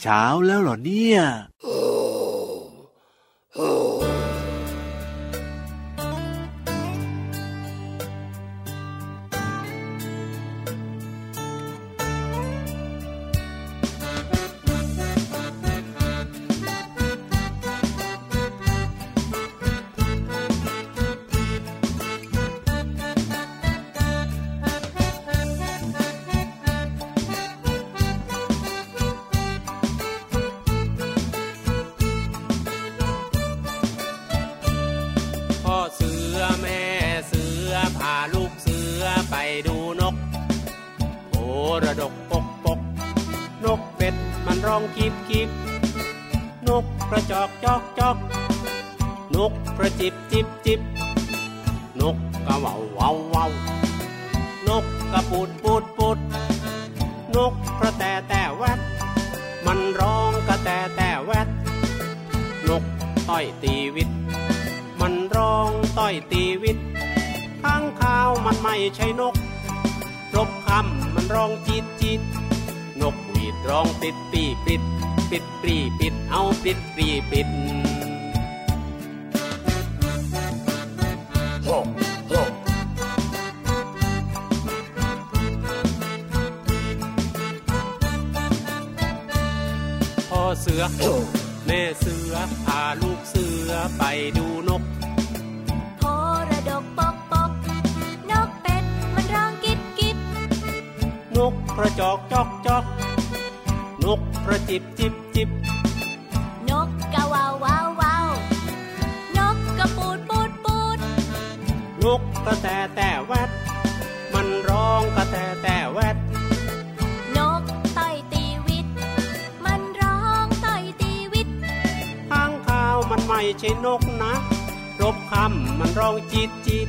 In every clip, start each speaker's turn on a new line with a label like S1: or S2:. S1: เช้าแล้วเหรอเนี่ย
S2: พ่อเสือแม่เสือพาลูกเสือไปดูนกโอระดกปกปก นกเป็ดมันร้องกิบกิบนกกระจอกจอกจอกนกกระจิบจิบจิบนกกระเหว่าเหว่าเหว่านกกระปูดปูดปูดนกกระแตแต่แวดมันร้องกระแตแต่แวดนกต้อยตีวิต มันร้องต้อยตีวิตข้างข้าวมันไม่ใช่นก รบคำมันร้องจีดจีดนกหวีดร้องปิดปีปิด ปิดปรีปิดเอาปิดปรีปิด พ่อเสือ แม่เสือพาลูกเสือไปดูนก
S3: โพระดกปกปก นกเป็ดมันร้องกิบกิบ
S2: นกกระจอกจอกจอก นกกระจิบจิบจิบ
S3: นกกะว่าววาวว่าวนกกระปูดปูดปูด
S2: นกกระแตแต่แวด มันร้องกระแตแต่แวด
S3: นกต่อยตีวิต มันร้องต่อยตีวิต
S2: ข้างข้าวมันไม่ใช่นกนะ รบคำมันร้องจิตจิต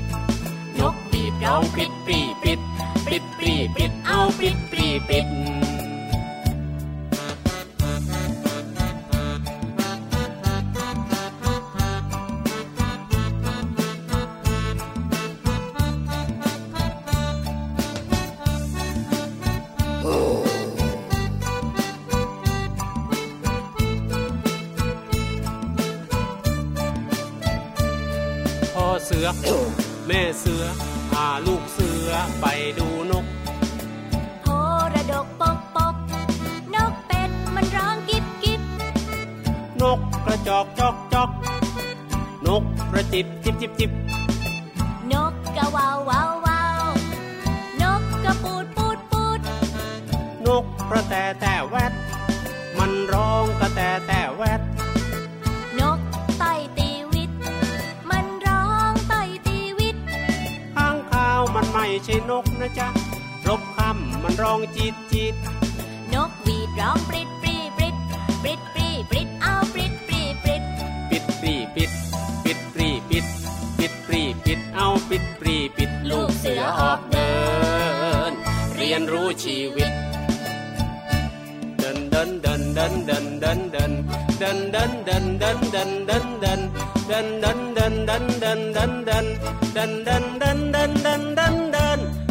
S2: นกปีบร้องปิดปีปิด ปิดปีปิดเอาปิดปีปิด พ่อเสือ แม่เสือพาลูกเสือไปดูนก
S3: โพระดกปกปก นกเป็ดมันร้องกิบกิบ
S2: นกกระจอกจอกจอก นกกระจิบจิบจิบจิบ
S3: นกกะว่าววาวว่าวนกกระปูดปูดปูด
S2: นกกระแตแต่แวด มันร้องกระแตแต่แวด
S3: นกต่อยตีวิต มันร้องต่อยตีวิต
S2: ข้างข้าวมันไม่ใช่นกนะจ๊ะ รบคำมันร้องจิตจิต
S3: นกหวีดร้องปริดปรีปริดปริดปรีปริดเอาปริดปรีปริด
S2: ปิดปรีปิด ปิดปรีปิด ปิดปรีปิดเอาปิดปรีปิดลูกเสือออกเดิน เรียนรู้ชีวิต เดินเดินเดินเดินเดินเดินเดินเดินเดินเดินเดินเดินเดินเดินเดินเดินเดินเดินเดินเดินเดินเดินเดินเดินเดินเดินเ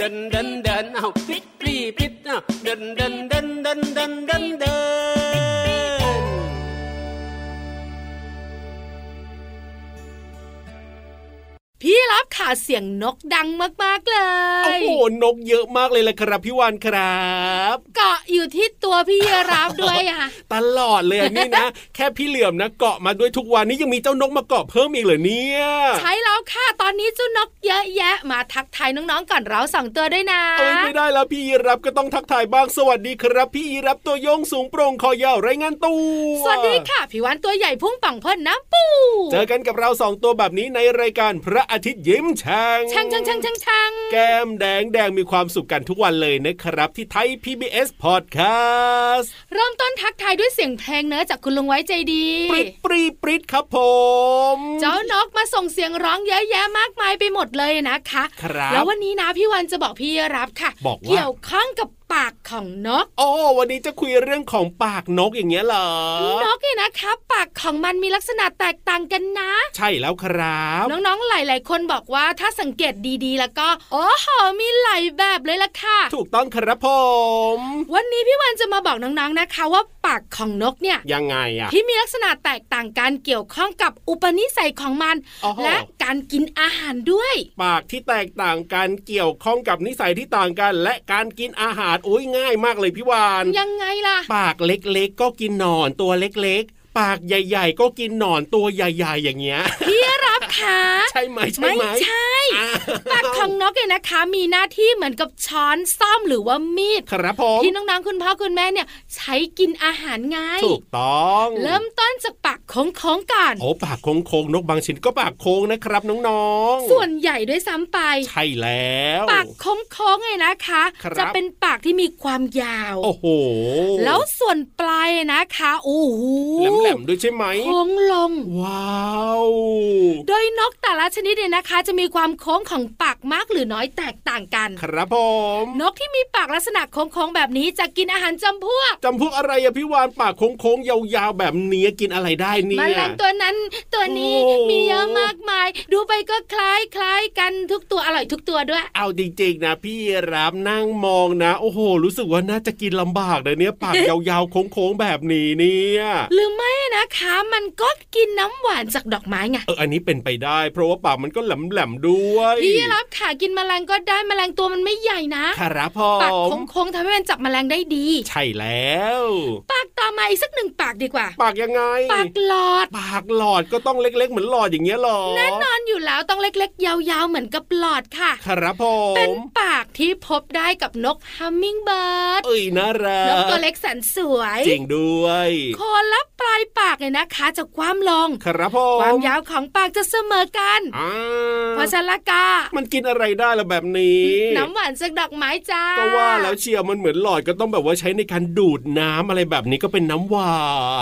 S2: ดันดันดันอ้าวปิดปรีปิดอ้าวดันดันดันดันดันดันดัน
S4: พี่รับค่ะเสียงนกดังมากๆเล
S5: โอ้
S4: ย
S5: โหนกเยอะมากเลยล่ะครับพี่วานครับ
S4: เกาะอยู่ที่ตัวพี่ยีรับด้วยอ่ะ
S5: ตลอดเลยอะนี่นะ แค่พี่เหลื่อมนะเกาะมาด้วยทุกวันนี้ยังมีเจ้านกมาเกาะเพิ่มอีกเหรอเนี่ย
S4: ใช้แล้วค่ะตอนนี้เจ้านกเยอะแยะมาทักทายน้องๆก่อนเราสองตัวด้วยนะ
S5: เอ้ยไม่ได้แล้วพี่ยีรับก็ต้องทักทายบ้างสวัสดีครับ พี่ยีรับตัวโยงสูงโปร่งคอยาวไรายงานตัว
S4: สวัสดีค่ะผิววันตัวใหญ่พุ่งป่องพ่นน้ำปู
S5: เจอกันกับเราสองตัวแบบนี้ในรายการพระอา ทิตย์ยิ้มแฉ่ง
S4: ช่างช่างช่างช่างช่าง
S5: แก้มแดงแดงมีความสุขกันทุกวันเลยนะครับ ที่ไทย PBS Podcast
S4: เริ่มต้นทักทายด้วยเสียงเพลงเนอะจากคุณลุงไว้ใจดี
S5: ปริดปรีดปริดครับผม
S4: เจ้านกมาส่งเสียงร้องเยอะแยะมากมายไปหมดเลยนะคะ
S5: ครั
S4: แล้ว
S5: บ
S4: วันนี้นะพี่วันจะบอกพี่รับค่ะ
S5: บอกว่า
S4: เกี่ยวข้องกับปากของนก
S5: โอ้วันนี้จะคุยเรื่องของปากนกอย่างเงี้ยเหรอ
S4: นกเนี่ยนะคะปากของมันมีลักษณะแตกต่างกันนะ
S5: ใช่แล้วครับ
S4: น้องๆ หลาย ๆ คนบอกว่าถ้าสังเกตดีๆ แล้วก็ โอ้โห มีหลายแบบเลยล่ะค่ะ
S5: ถูกต้องครับผม
S4: วันนี้พี่วันจะมาบอกน้อง ๆ นะคะ ว่าปากของนกเนี่ย
S5: ยังไงอะ
S4: ที่มีลักษณะแตกต่างกันเกี่ยวข้องกับอุปนิสัยของมัน
S5: โอ้โห
S4: และการกินอาหารด้วย
S5: ปากที่แตกต่างกันเกี่ยวข้องกับนิสัยที่ต่างกัน และการกินอาหารโอ้ยง่ายมากเลยพี่วาน
S4: ยังไงล่ะ
S5: ปากเล็กๆ ก็กินหนอนตัวเล็กๆ ปากใหญ่ๆ ก็กินหนอนตัวใหญ่ๆ อย่างเงี้ย
S4: พี่รับค่ะ
S5: ใช่ไหมใช่
S4: ไม่
S5: ไหม
S4: ใช่
S5: อ่า
S4: ปากของนกเนี่ยนะคะ มีหน้าที่เหมือนกับช้อนซ่อมหรือว่ามีด
S5: ครับผม
S4: ที่น้องๆ คุณพ่อคุณแม่เนี่ยใช้กินอาหารไง
S5: ถูกต้อง
S4: เริ่มต้นจากปากของของๆก่อน
S5: โอ้ปากโค้งๆนกบางชนิดก็ปากโค้งนะครับน้องๆ
S4: ส่วนใหญ่ด้วยซ้ำไป
S5: ใช่แล้ว
S4: ปากโค้งๆไงนะคะ
S5: ครับ
S4: จะเป็นปากที่มีความยาว
S5: โอ้โห
S4: แล้วส่วนปลายนะคะโอ้โห
S5: แหลมๆด้วยใช่ไหม
S4: โค้งลง
S5: ว้าว
S4: โดยนกแต่ละชนิดเนี่ยนะคะ จะมีความโค้งของปากมากหรือน้อยแตกต่างกัน
S5: ครับผม
S4: นกที่มีปากลักษณะโค้งๆแบบนี้จะกินอาหารจำพวก
S5: จำพวกอะไรอะพี่วานปากโค้งๆยาวๆแบบเนี้ยกินอะไรได้เนี่
S4: แม
S5: ย
S4: ลงตัวนั้นตัวนี้
S5: โอ้
S4: มีเยอะมากมาย ดูไปก็คล้ายคล้ายๆกันทุกตัวอร่อยทุกตัวด้วย
S5: เอาจริงๆนะพี่รับนั่งมองนะ โอ้โห รู้สึกว่าน่าจะกินลำบากเลยเนี่ยปากยาวๆโค้งๆแบบนี้เนี่ย
S4: หรือไม่นะคะ มันก็กินน้ำหวานจากดอกไม้ไง
S5: เอออันนี้เป็นไปได้ เพราะว่าปากมันก็แหลมๆด้วย
S4: พี่รับค่ะกินแมลงก็ได้แมลงตัวมันไม่ใหญ่นะ
S5: ครับผ
S4: ปาก
S5: ม
S4: โค้งๆทำให้มันจับแมลงได้ดี
S5: ใช่แล้ว
S4: ปากต่อมาอีกสักหนึ่งปากดีกว่า
S5: ปากยังไง
S4: ปากหลอด
S5: ปากหลอดก็ต้องเล็กๆ เหมือนหลอดอย่างเงี้ยหรอ
S4: แน่นอนอยู่แล้วต้องเล็กๆ ยาวๆ เหมือนกับหลอดค่ะ
S5: ครับผ
S4: เป็น
S5: ม
S4: ปากที่พบได้กับนกฮัมมิงเบิร์ด
S5: เอ้ยน่ารั
S4: นกตัว
S5: ก
S4: เล็กแสนสวย
S5: จริงด้วย
S4: โคนและปลายปากเนี่ยนะคะจะกว้ามลง
S5: ครับผ
S4: ค
S5: ม
S4: วามยาวของปากจะเสมอกัน
S5: อ่า
S4: เพราะฉะนั้นละกา
S5: มันกินอะไรได้ล่ะแบบนี้
S4: น้ำหวานจากดอกไม้จ้า
S5: ก็ว่าแล้วเชียร์มันเหมือนหลอดก็ต้องแบบว่าใช้ในการดูดน้ำอะไรแบบนี้ก็เป็นน้ำหวา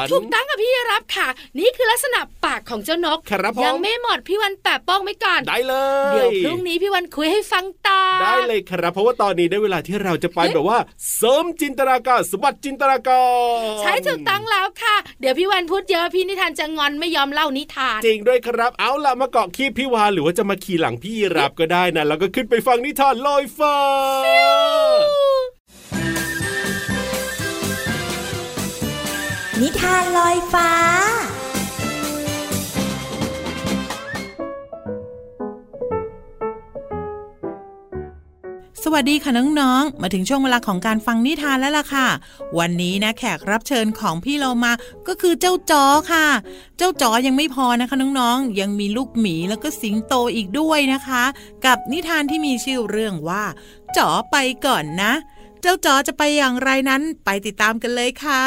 S5: น
S4: ถูกต้องกับพี่รับค่ะ นี่คือลักษณะปากของเจ้านก
S5: ครับผม
S4: ยังไม่หมดพี่วันแปะป้องไว้ก่อน
S5: ได้เลย
S4: เดี๋ยวพรุ่งนี้พี่วันคุยให้ฟังต่อ
S5: ได้เลยครับ เพราะว่าตอนนี้ได้เวลาที่เราจะไปแบบว่า เสริมจินตนาการสบัดจินตนาการ
S4: ใช้ถูกต้องแล้วค่ะ เดี๋ยวพี่วันพูดเยอะพี่นิทานจะงอนไม่ยอมเล่านิทาน
S5: จริงด้วยครับ เอาล่ะมาเกาะคีบพี่วานหรือว่าจะมาขี่หลังพี่รับก็ได้นะแล้วก็ขึ้นไปฟังนิทานลอยฟ้า
S1: นิทานลอยฟ้า
S6: สวัสดีค่ะ น้อง ๆ มาถึงช่วงเวลาของการฟังนิทานแล้วล่ะค่ะ วันนี้นะแขกรับเชิญของพี่เรามาก็คือเจ้าจอค่ะ เจ้าจอยังไม่พอนะคะ น้องๆ ยังมีลูกหมีแล้วก็สิงโตอีกด้วยนะคะ กับนิทานที่มีชื่อเรื่องว่าจอไปก่อนนะ เจ้าจอจะไปอย่างไรนั้นไปติดตามกันเลยค่ะ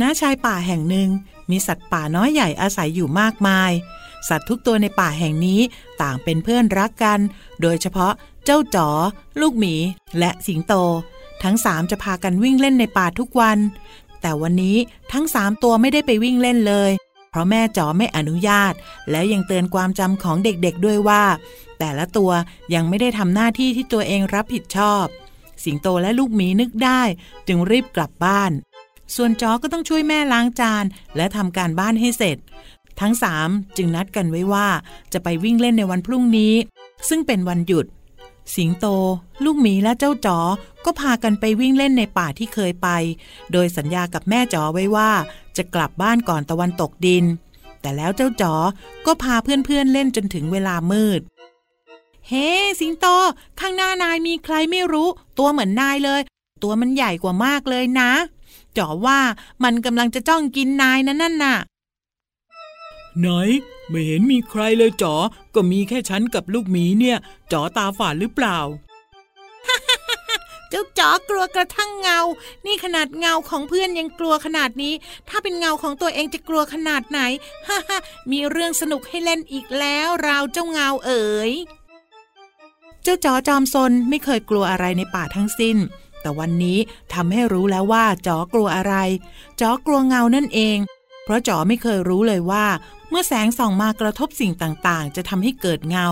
S6: ณชายป่าแห่งหนึ่ง มีสัตว์ป่าน้อยใหญ่อาศัยอยู่มากมาย สัตว์ทุกตัวในป่าแห่งนี้ต่างเป็นเพื่อนรักกัน โดยเฉพาะเจ้าจ๋อ ลูกหมี และสิงโต ทั้งสามจะพากันวิ่งเล่นในป่าทุกวัน แต่วันนี้ทั้งสามตัวไม่ได้ไปวิ่งเล่นเลย เพราะแม่จ๋อไม่อนุญาต และยังเตือนความจำของเด็กๆด้วยว่า แต่ละตัวยังไม่ได้ทำหน้าที่ที่ตัวเองรับผิดชอบ สิงโตและลูกหมีนึกได้ จึงรีบกลับบ้าน ส่วนจอก็ต้องช่วยแม่ล้างจาน และทำการบ้านให้เสร็จ ทั้ง 3 จึงนัดกันไว้ว่าจะไปวิ่งเล่นในวันพรุ่งนี้ ซึ่งเป็นวันหยุด สิงโต ลูกหมีและเจ้าจ๋อก็พากันไปวิ่งเล่นในป่าที่เคยไป โดยสัญญากับแม่จ๋อไว้ว่า จะกลับบ้านก่อนตะวันตกดิน แต่แล้วเจ้าจ๋อก็พาเพื่อนๆเล่นจนถึงเวลามืด เฮ้ สิงโต ข้างหน้านายมีใครไม่รู้ ตัวเหมือนนายเลย ตัวมันใหญ่กว่ามากเลยนะจ๋อว่ามันกำลังจะจ้องกินนายนะนั่นน่ะ
S7: ไหนไม่เห็นมีใครเลยจ๋อ ก็มีแค่ฉันกับลูกหมีเนี่ยจ๋อตาฝาดหรือเปล่า
S6: เจ้าจ๋อกลัวกระทั่งเงา นี่ขนาดเงาของเพื่อนยังกลัวขนาดนี้ ถ้าเป็นเงาของตัวเองจะกลัวขนาดไหน ฮ่าฮ่ามีเรื่องสนุกให้เล่นอีกแล้วเราเจ้าเงาเอ๋ย เจ้าจ๋อจอมซนไม่เคยกลัวอะไรในป่าทั้งสิ้น แต่วันนี้ทำให้รู้แล้วว่าจ๋อกลัวอะไร จ๋อกลัวเงานั่นเอง เพราะจ๋อไม่เคยรู้เลยว่า เมื่อแสงส่องมากระทบสิ่งต่างๆ จะทำให้เกิดเงา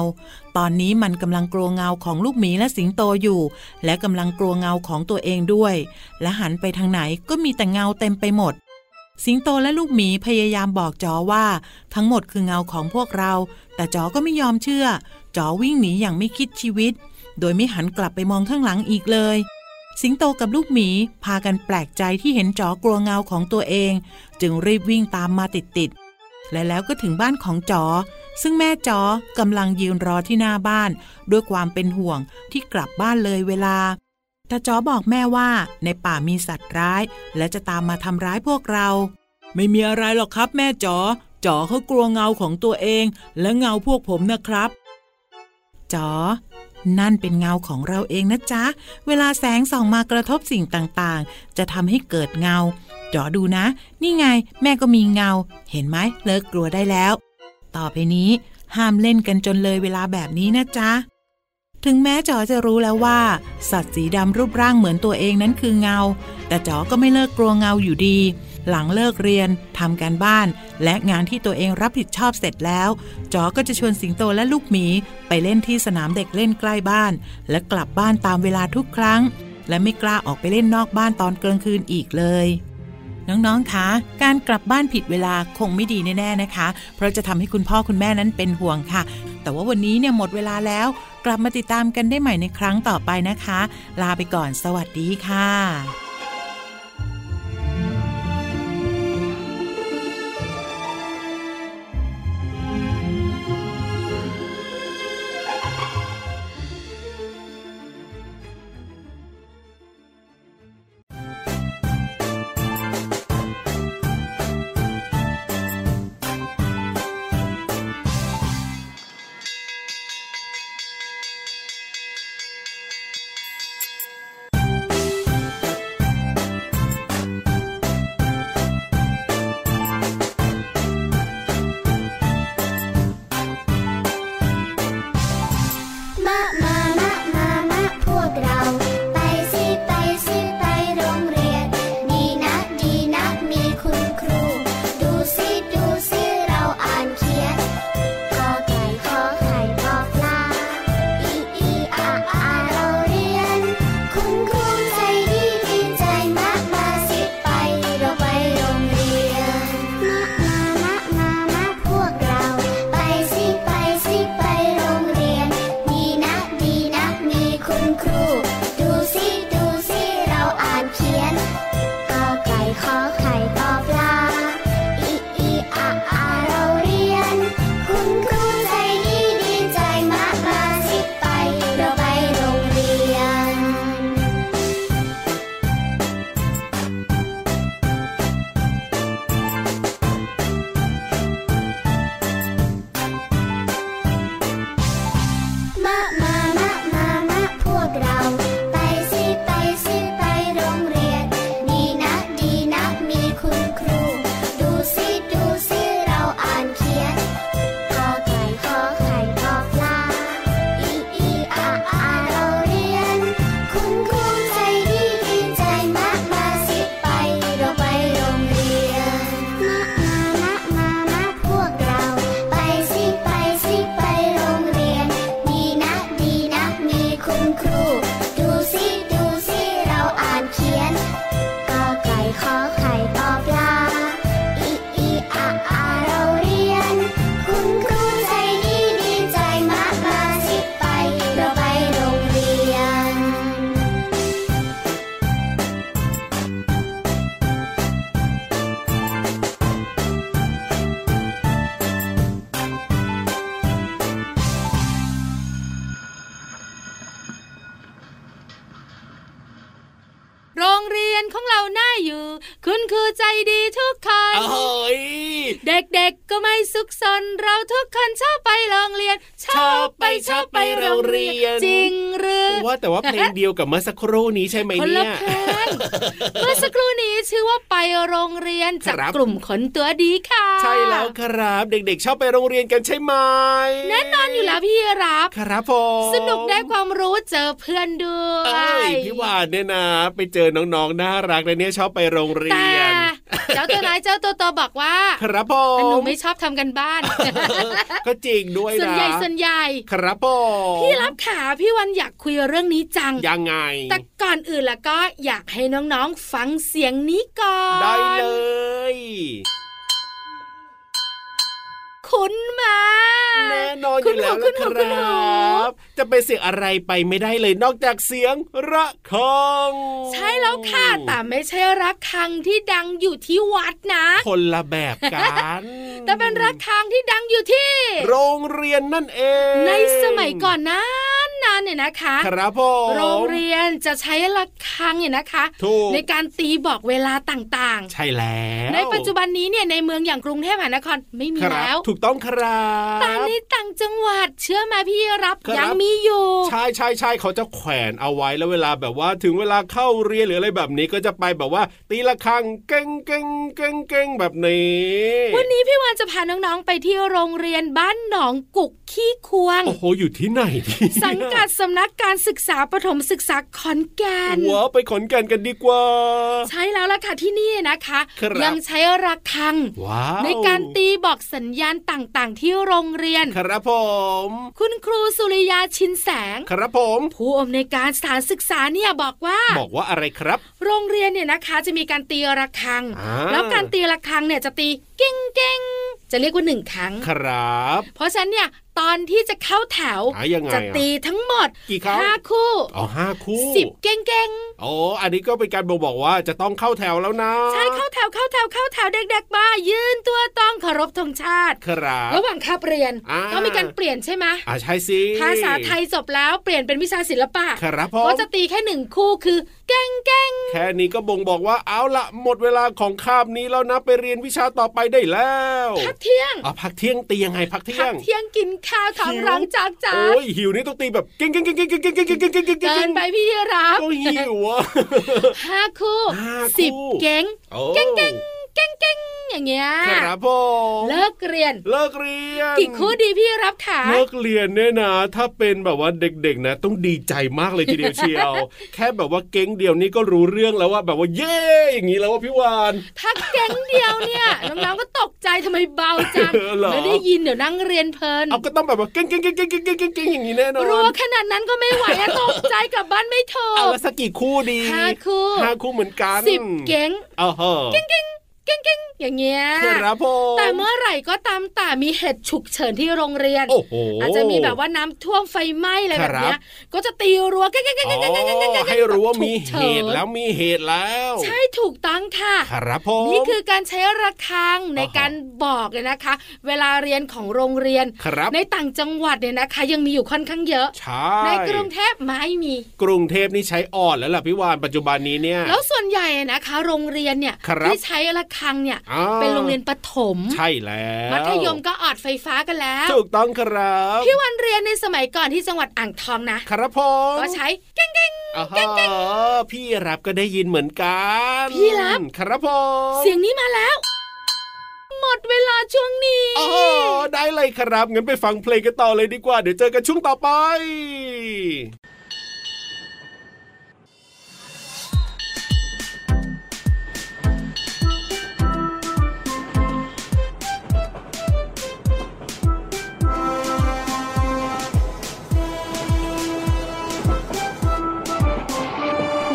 S6: ตอนนี้มันกำลังกลัวเงาของลูกหมีและสิงโตอยู่ และกำลังกลัวเงาของตัวเองด้วย และหันไปทางไหนก็มีแต่เงาเต็มไปหมด สิงโตและลูกหมีพยายามบอกจอว่า ทั้งหมดคือเงาของพวกเรา แต่จอก็ไม่ยอมเชื่อ จอวิ่งหนีอย่างไม่คิดชีวิต โดยไม่หันกลับไปมองข้างหลังอีกเลย สิงโตกับลูกหมีพากันแปลกใจที่เห็นจอกลัวเงาของตัวเอง จึงรีบวิ่งตามมาติดๆและแล้วก็ถึงบ้านของจอ ซึ่งแม่จอกำลังยืนรอที่หน้าบ้าน ด้วยความเป็นห่วงที่กลับบ้านเลยเวลา แต่จอบอกแม่ว่าในป่ามีสัตว์ร้าย และจะตามมาทำร้ายพวกเรา
S7: ไม่มีอะไรหรอกครับแม่จ๋อจ๋อเขากลัวเงาของตัวเอง และเงาพวกผมนะครับ
S6: จอ นั่นเป็นเงาของเราเองนะจ๊ะ เวลาแสงส่องมากระทบสิ่งต่างๆ จะทำให้เกิดเงา จอดูนะ นี่ไง แม่ก็มีเงา เห็นไหมเลิกกลัวได้แล้ว ต่อไปนี้ ห้ามเล่นกันจนเลยเวลาแบบนี้นะจ๊ะ ถึงแม้จอจะรู้แล้วว่า สัตว์สีดำรูปร่างเหมือนตัวเองนั้นคือเงา แต่จอก็ไม่เลิกกลัวเงาอยู่ดี หลังเลิกเรียนทำการบ้าน และงานที่ตัวเองรับผิดชอบเสร็จแล้ว จอก็จะชวนสิงโตและลูกหมี ไปเล่นที่สนามเด็กเล่นใกล้บ้าน และกลับบ้านตามเวลาทุกครั้ง และไม่กล้าออกไปเล่นนอกบ้านตอนกลางคืนอีกเลย น้องๆ คะ การกลับบ้านผิดเวลาคงไม่ดีแน่ๆ นะคะ เพราะจะทำให้คุณพ่อคุณแม่นั้นเป็นห่วงค่ะ แต่ว่าวันนี้เนี่ยหมดเวลาแล้ว กลับมาติดตามกันได้ใหม่ในครั้งต่อไปนะคะ ลาไปก่อน สวัสดีค่ะ
S8: มะมามะมามะพวกเรา ไปสิไปสิไปโรงเรียน ดีนักดีนักมีคุณครู ดูสิดูสิเราอ่านเขียนขอไก่ขอไข่ขอปลาอีอีอาอาเราเรียน คุณครูใจดีดีใจมากมาสิไปเราไปโรงเรียน มะมามะมามะพวกเรา ไปสิไปสิไปโรงเรียน ดีนักดีนักมีคุณครู ดูสิดูสิเราอ่านเขียนกอไก่ขอไข่ปอปลาอีอีอาอาเราเรียน คุณครูใจดีดีใจมากมาสิไปเราไปโรงเรียน มะมามะมามะพวกเรา ไปสิไปสิไปโรงเรียน ดีนักดีนักมีคุณครู ดูสิดูสิเราอ่านเขียนขอไก่ขอไข่ขอปลาอีอีอาอาเราเรียน คุณครูใจดีดีใจมากมาสิไปเราไปโรงเรียน มะมามะมามะพวกเรา ไปสิไปสิไปโรงเรียน ดีนักดีนักมีคุณครู ดูสิดูสิเราอ่านเขียนกอไก่ขอไข่ปอปลาอีอีอาอาเราเรียน คุณครูใจดีดีใจมากมาสิไปเราไปโรงเรียน
S4: โรงเรียนของเราหน้าอยู่ คุณคือใจดีทุกคน
S5: เอ้ย
S4: เด็กๆก็ไม่ซุกซนเราทุกคนชอบไปโรงเรียน ชอบไปชอบไปโรงเรียน จริงหรือ
S5: ว่าแต่ว่าเพลงเดียวกับเมื่อสักครู่นี้ใช่ไหม
S4: คน
S5: เนี่
S4: ละ
S5: ย
S4: เพลงเมื่อสักครู่นี้ชื่อว่าไปโรงเรียนจาก
S5: ครับ
S4: กลุ่มคนตัวดีค่ะ
S5: ใช่แล้วครับ เด็กๆ ชอบไปโรงเรียนกันใช่ไหม
S4: แน่นอนอยู่แล้วพี่รับ
S5: ครับผม
S4: สนุกได้ความรู้เจอเพื่อนด้ว
S5: เอ้
S4: ย
S5: ยพี่วานเนี่ยนะ ไปเจอน้องๆน่ารักเลยเนี่ยชอบไปโรงเรี
S4: แต่
S5: ยน
S4: เจ้าตัวน้อยเจ้าตัวโตบอกว่า
S5: ครับผ
S4: หนู
S5: ม
S4: ไม่ชอบทำกันบ้าน
S5: ก็จริงด้วย
S4: ส่วน
S5: นะ
S4: ใหญ่ส่วนใหญ่
S5: ครับผม
S4: พี่รับขาพี่วันอยากคุยเรื่องนี้จัง
S5: ยังไง
S4: แต่ก่อนอื่นแล้วก็อยากให้น้องๆฟังเสียงนี้ก่อน
S5: ได้เลย
S4: คุณมา
S5: แน่นอนอ
S4: คุ
S5: ยู่
S4: ณ
S5: แล้ว
S4: หนู
S5: ล่ะ
S4: คุ
S5: ค
S4: ณหนู
S5: ร
S4: คุณหนู
S5: ับ จะเป็นเสียงอะไรไปไม่ได้เลยนอกจากเสียงระฆัง
S4: ใช่แล้วค่ะ แต่ไม่ใช่รักครังที่ดังอยู่ที่วัดนะ
S5: คนละแบบกัน
S4: แต่เป็นรักครังที่ดังอยู่ที่
S5: โรงเรียนนั่นเอง
S4: ในสมัยก่อนนานนานเนี่ยนะคะ
S5: ครับผม
S4: โรงเรียนจะใช้ระฆังเนี่ยนะคะ
S5: ถูก
S4: ในการตีบอกเวลาต่าง
S5: ใช่แล้ว
S4: ๆ ในปัจจุบันนี้เนี่ยในเมืองอย่างกรุงเทพมหานครไม่มี
S5: ครับ
S4: แล้ว
S5: ถูกต้องครับ
S4: แต่ในต่างจังหวัดเชื่อไหมาพี่รับ
S5: ครับ
S4: ยังมีอยู่
S5: ใช่ใช่ใช่เขาจะแขวนเอาไว้แล้วเวลาแบบว่าถึงเวลาเข้าเรียนหรืออะไรแบบนี้ก็จะไปแบบว่า ตีละครังเก้งเก้งเก้งเก้งแบบนี้
S4: วันนี้พี่วานจะพาน้องๆไปที่โรงเรียนบ้านหนองกุกขี้ควง
S5: โอ้โห อยู่ที่ไหนเนี่ย
S4: สังกัดสำนักการศึกษาปฐมศึกษาขอนแก่น
S5: ว้าวไปขอนแก่นกันดีกว่า
S4: ใช้แล้วล่ะค่ะที่นี่นะคะ
S5: ครับ
S4: ยังใช้ระฆัง
S5: ว้าว
S4: ในการตีบอกสัญญาณต่างๆ ที่โรงเรียน
S5: ครับผม
S4: คุณครูสุริยาชินแสง
S5: ครับผม
S4: ผู้อำนวยการสถานศึกษาเนี่ยบอกว่า
S5: บอกว่าอะไรครับ
S4: โรงเรียนเนี่ยนะคะจะมีการตีระฆัง
S5: อ่า
S4: แล้วการตีระฆังเนี่ยจะตีเก้งเก้งจะเรียกว่าหนึ่งครั้ง
S5: ครับ
S4: เพราะฉะนั้นเนี่ยตอนที่จะเข้าแถว
S5: หายังไง
S4: จะ
S5: อ่ะ
S4: ตีทั้งหมด
S5: กี่ครั้ง
S4: ห้าคู่
S5: อ๋อห้าคู่
S4: สิบเก้งเก้ง
S5: โอ้อันนี้ก็เป็นการบ่งบอกว่าจะต้องเข้าแถวแล้วนะ
S4: ใช่เข้าแถวเข้าแถวเข้าแถวเด็กๆมายืนตัวต้องเคารพธงชาติ
S5: ครับ
S4: ระหว่างคาบเรียน
S5: อ่า
S4: ก็มีการเปลี่ยนใช่ไหม
S5: อ่าใช่สิ
S4: ภาษาไทยจบแล้วเปลี่ยนเป็นวิชาศิลปะ
S5: ครับผม
S4: ก็จะตีแค่หนึ่งคู่คือเก้งเก้ง
S5: แค่นี้ก็บ่งบอกว่าเอาละหมดเวลาของคาบนี้แล้วนะไปเรียนวิชาต่อไปได้แล้ว
S4: พักเที่ยง
S5: อ่ะพักเที่ยงตียังไงพักเที่
S4: พั
S5: ย
S4: ก
S5: ง
S4: เที่ยงกินข้าวท้อง
S5: หิว
S4: ร้องจากจาก
S5: โอ้ยหิวนี่ต้องตีแบบเก่งเก่งเก่งเก่งเก่งเก่งเก่งเก่งเก่งเก่งเก่ง
S4: เกินไปพี่รับ
S5: ก็หิวอ่ะ
S4: ห้าคู่
S5: ห้า
S4: สิบ
S5: คู่
S4: เก้ง
S5: โอ้
S4: เก้งเก้งเก้งเก้งอย่างเงี้ย
S5: ครับผม
S4: เลิกเรียน
S5: เลิกเรียน
S4: กี่คู่ดีพี่รับขา
S5: เลิกเรียนเนี่ยนะ ถ้าเป็นแบบว่าเด็กๆนะ ต้องดีใจมากเลยทีเดียวเชียว แค่แบบว่าเก้งเดียวนี่ก็รู้เรื่องแล้วว่าแบบว่าเย้อย่างนี้แล้วว่าพี่วาน
S4: ถ้าแก๊งเดียวเนี่ย น้องๆก็ตกใจทำไมเบาจัง
S5: เออเหรอ
S4: ไม่ได้ยินเดี๋ยวนั่งเรียนเพลิน
S5: เอาก็ต้องแบบว่าเก้งเก้งเก้งเก้งเก้งเก้งอย่างนี้แน่นอน
S4: รัวขนาดนั้นก็ไม่ไหวอะตกใจกลับบ้านไม่ถู
S5: เอา
S4: ก
S5: ละสักกี่คู่ดี
S4: ห้าคู่
S5: ห้าคู่เหมือนกัน
S4: สิบแก๊ง
S5: เออเหอะ
S4: แก๊งแก๊งอย่างเงี้ย
S5: ครับผม
S4: แต่เมื่อไหร่ก็ตามแต่มีเหตุฉุกเฉินที่โรงเรียน
S5: โอ้โห
S4: อาจจะมีแบบว่าน้ำท่วมไฟไหม้อะไร
S5: ค
S4: แบ
S5: รับ
S4: บเนี้ยก็จะตีรัวแก๊งแก๊งแก๊ง
S5: อ๋
S4: แก๊งแก๊งแก๊งแก๊ง
S5: อ
S4: แก๊ง
S5: ให้รู้ว่ามีเหตุแล้ว
S4: ฉุก
S5: มีเหตุแล้ว
S4: เฉินใช่ถูกต้องค่ะ
S5: ครับผม
S4: นี่คือการใช้ระฆังใน
S5: อ่าฮะ
S4: การบอกเลยนะคะ เวลาเรียนของโรงเรียน
S5: ครับ
S4: ในต่างจังหวัดเนี่ยนะคะ ยังมีอยู่ค่อนข้างเยอะ
S5: ใช่
S4: ในกรุงเทพไม่มี
S5: กรุงเทพนี่ใช้อ่อนแล้วล่ะพี่วานปัจจุบันนี้เนี่ย
S4: แล้วส่วนใหญ่นะคะ โรงเรียนเนี่ย
S5: ครับ
S4: ที่ใช้ระฆังเนี่ย
S5: อ่า
S4: เป็นโรงเรียนประถม
S5: ใช่แล้ว
S4: มัธยมก็ออดไฟฟ้ากันแล้ว
S5: ถูกต้องครับ
S4: พี่วันเรียนในสมัยก่อนที่จังหวัดอ่างทองนะครับ
S5: ผม
S4: ก็ใช้เก้งเก้ง
S5: อ่าฮะพี่รับก็ได้ยินเหมือนกัน
S4: พี่รับ
S5: ครับผม
S4: เสียงนี้มาแล้ว หมดเวลาช่วงนี้
S5: อ๋อได้เลยครับงั้นไปฟังเพลงกันต่อเลยดีกว่า เดี๋ยวเจอกันช่วงต่อไป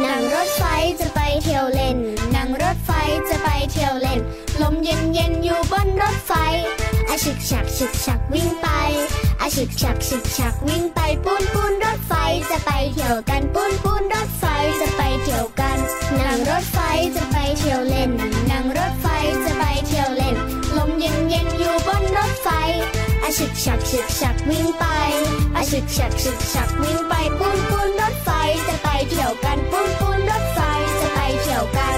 S8: นั่งรถไฟจะไปเที่ยวเล่น นั่งรถไฟจะไปเที่ยวเล่น ลมเย็นเย็นๆอยู่บนรถไฟอาชิกฉักชิกฉักวิ่งไปอาชิกฉักชิกฉักวิ่งไปปูนปูนรถไฟจะไปเที่ยวกันปูนปูนรถไฟจะไปเที่ยวกัน นั่งรถไฟจะไปเที่ยวเล่น นั่งรถไฟจะไปเที่ยวเล่น ลมเย็นเย็นๆอยู่บนรถไฟอาชิกฉักชิกฉักวิ่งไปอาชิกฉักชิกฉักวิ่งไปปูนปูนรถไฟจะไปเที่ยวกันปูนปูนรถไฟจะไปเที่ยวกัน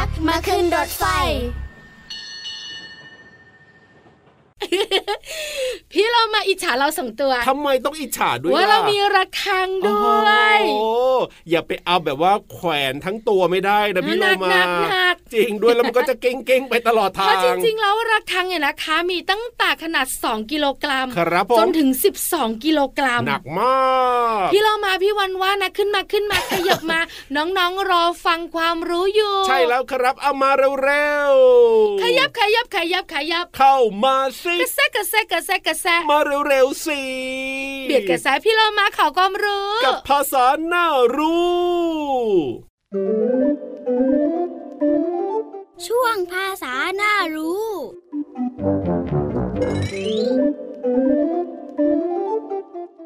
S8: ักมาขึ้นรถไฟ
S4: พี่เรามาอิจฉาเราสองตัว
S5: ทำไมต้องอิจฉาด้วย
S4: ว่า
S5: ล่ะ
S4: เรามีระฆังด้วย
S5: โอ้โหอย่าไปเอาแบบว่าแขวนทั้งตัวไม่ได้นะพี่
S4: หนั
S5: โล
S4: ก
S5: มา
S4: หนักหนัก
S5: จริงด้วยแล้วมันก็จะเก้งๆไปตลอด
S4: เพ
S5: ทาง
S4: ราะจริงๆแล้วระฆังเนี่ยนะคะ มีตั้งแต่ขนาด 2 กิโลกรัม
S5: ครับผม
S4: จนถึง 12 กิโลกรัม
S5: หนักมาก
S4: พี่เรามาพี่วันว่านะขึ้นมาขึ้นมา ขยับมา น้องๆรอฟังความรู้อยู่
S5: ใช่แล้วครับเอามาเร็วๆ
S4: ขยับขยับขยับขยับ
S5: เข้ามาสิ
S4: กระแซกกระแซกกระแซกกระแซ
S5: มาเร็วๆสิ
S4: เบียดกระแซพี่เรามาขอความรู้
S5: กับภาษาหน้ารู้
S3: ช่วงภาษาน่ารู้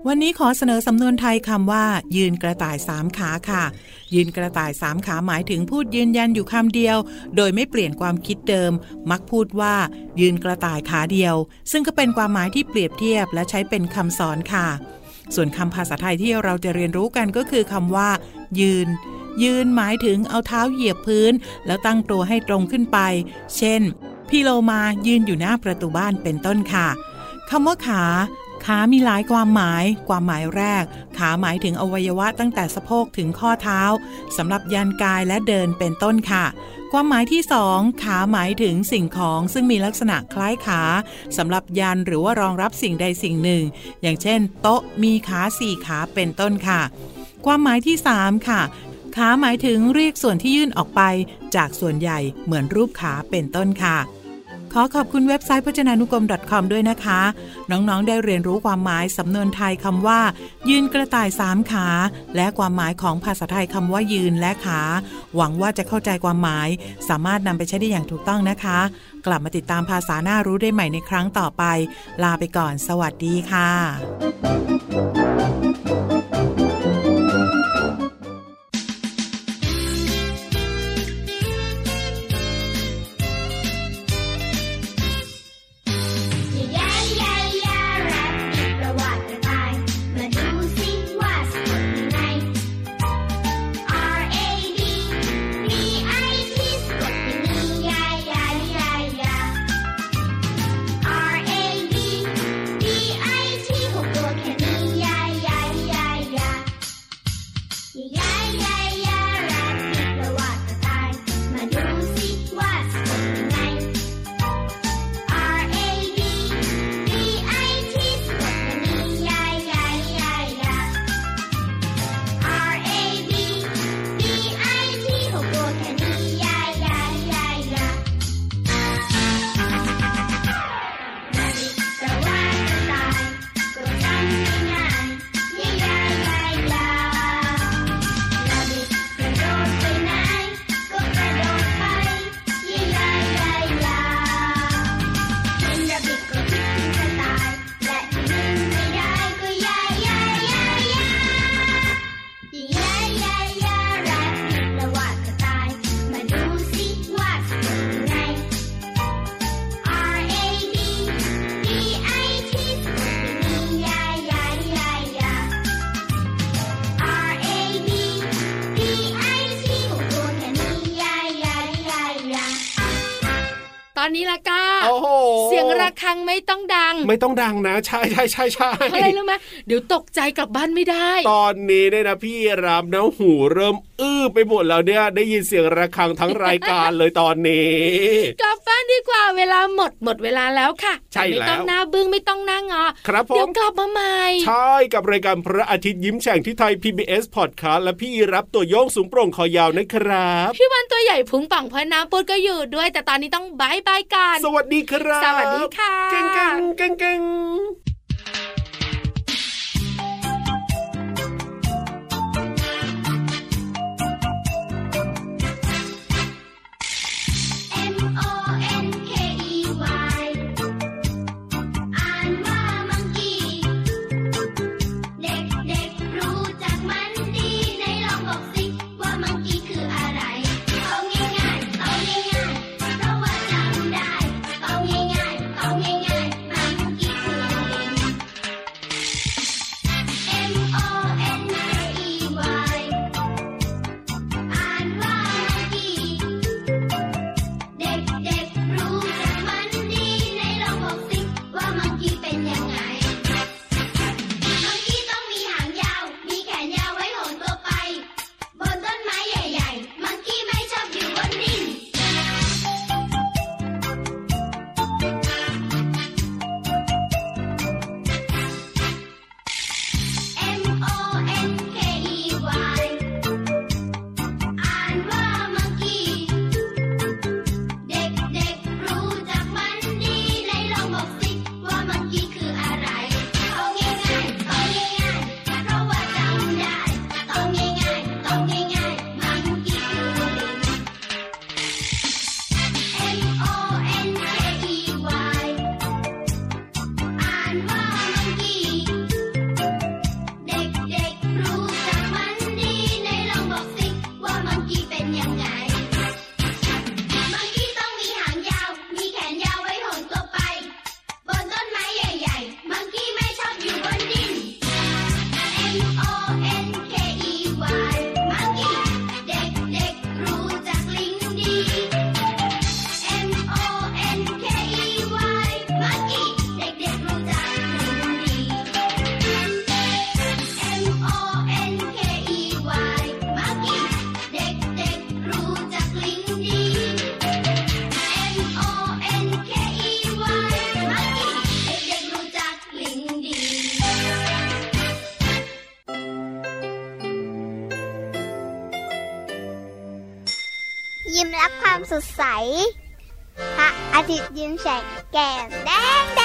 S6: วันนี้ขอเสนอสำนวนไทยคำว่า ยืนกระต่ายสามขาค่ะ ยืนกระต่ายสามขาหมายถึงพูดยืนยันอยู่คำเดียว โดยไม่เปลี่ยนความคิดเดิม มักพูดว่า ยืนกระต่ายขาเดียว ซึ่งก็เป็นความหมายที่เปรียบเทียบและใช้เป็นคำสอนค่ะ ส่วนคำภาษาไทยที่เราจะเรียนรู้กันก็คือคำว่า ยืน ยืนหมายถึงเอาเท้าเหยียบพื้น แล้วตั้งตัวให้ตรงขึ้นไป เช่น พี่โลมายืนอยู่หน้าประตูบ้านเป็นต้นค่ะ คำว่าขา ขามีหลายความหมาย ความหมายแรก ขาหมายถึงอวัยวะตั้งแต่สะโพกถึงข้อเท้าสำหรับยันกายและเดินเป็นต้นค่ะ ความหมายที่ 2 ขาหมายถึงสิ่งของซึ่งมีลักษณะคล้ายขาสำหรับยันหรือว่ารองรับสิ่งใดสิ่งหนึ่ง อย่างเช่น โต๊ะมีขาสี่ขาเป็นต้นค่ะ ความหมายที่ 3 ค่ะ ขาหมายถึงเรียกส่วนที่ยื่นออกไป จากส่วนใหญ่เหมือนรูปขาเป็นต้นค่ะ ขอขอบคุณเว็บไซต์พจนานุกรม .com ด้วยนะคะ น้องๆ ได้เรียนรู้ความหมายสำนวนไทยคำว่า ยืนกระต่ายสามขา และความหมายของภาษาไทยคำว่ายืนและขา หวังว่าจะเข้าใจความหมาย สามารถนำไปใช้ได้อย่างถูกต้องนะคะ กลับมาติดตามภาษาหน้ารู้ได้ใหม่ในครั้งต่อไป ลาไปก่อน สวัสดีค่ะ
S8: ยายายายาแรปมีประวัติกันไปมาดูสิว่าสะกดยังไง R A B B I T สะกดเป็นยังไงยายายา R A B B I T หกตัวแค่นี้ยายายายา ยายยายาแรปมีประวัติกันไปมาดูสิว่าสะกดยังไง R A B B I T สะกดเป็นนิยายยายยายยา R A B B I T หกตัวแค่นิยายยายยายยามาดิประวัติศาสตร์ก็จำง่ายๆยายยายยาย มาดิกระโดดไปไหนก็กระโดดไปยายยายยา เป็นระเบิดก็คิดถึงจะตาย และที่ลืมไม่ได้ก็ยายยายยายยายยายยายยายแรปผิดแล้วว่าจะตาย มาดูสิว่าจะเป็นยังไง R A B B I T สะกดเป็นยายยายยายยา R A B B I T หกตัวแค่นี้ยายยายยายยา
S4: ตอนนี้ละก้า
S5: โอ้โห
S4: เสียงระฆังไม่ต้องดัง
S5: ไม่ต้องดังนะใช่ใช่ใช่ใช่
S4: อะไรรู้ไหมเดี๋ยวตกใจกลับบ้านไม่ได้
S5: ตอนนี้เนี่ยนะพี่รับนะหูเริ่มอื้อไปหมดแล้วเนี่ย ได้ยินเสียงระฆังทั้งรายการเลยตอนนี้
S4: กลับบ้านดีกว่าเวลาหมดหมดเวลาแล้วค่ะ
S5: ใช่
S4: ไม่ต้อง
S5: แล้ว
S4: หน้าบึ้งไม่ต้องหน้างอ
S5: ครับผ
S4: เดี๋ยว
S5: ม
S4: กลับมาใหม่
S5: ใช่กับรายการพระอาทิตย์ยิ้มแฉ่งที่ไทย PBS Podcast และพี่รับตัวโยงสูงโปร่งคอยาวนะครับ
S4: พี่วันตัวใหญ่พุงป่องพอน้ำปุดก็อยู่ด้วย แต่ตอนนี้ต้องบายบายกัน
S5: สวัสดีครับ
S4: สวัสดีค่ะ
S5: เก่งเก่งเก่งเก่ง
S8: เอ็ม ยิ้มรับความสดใส พระอาทิตย์ยิ้มแฉกแก้มแดงแด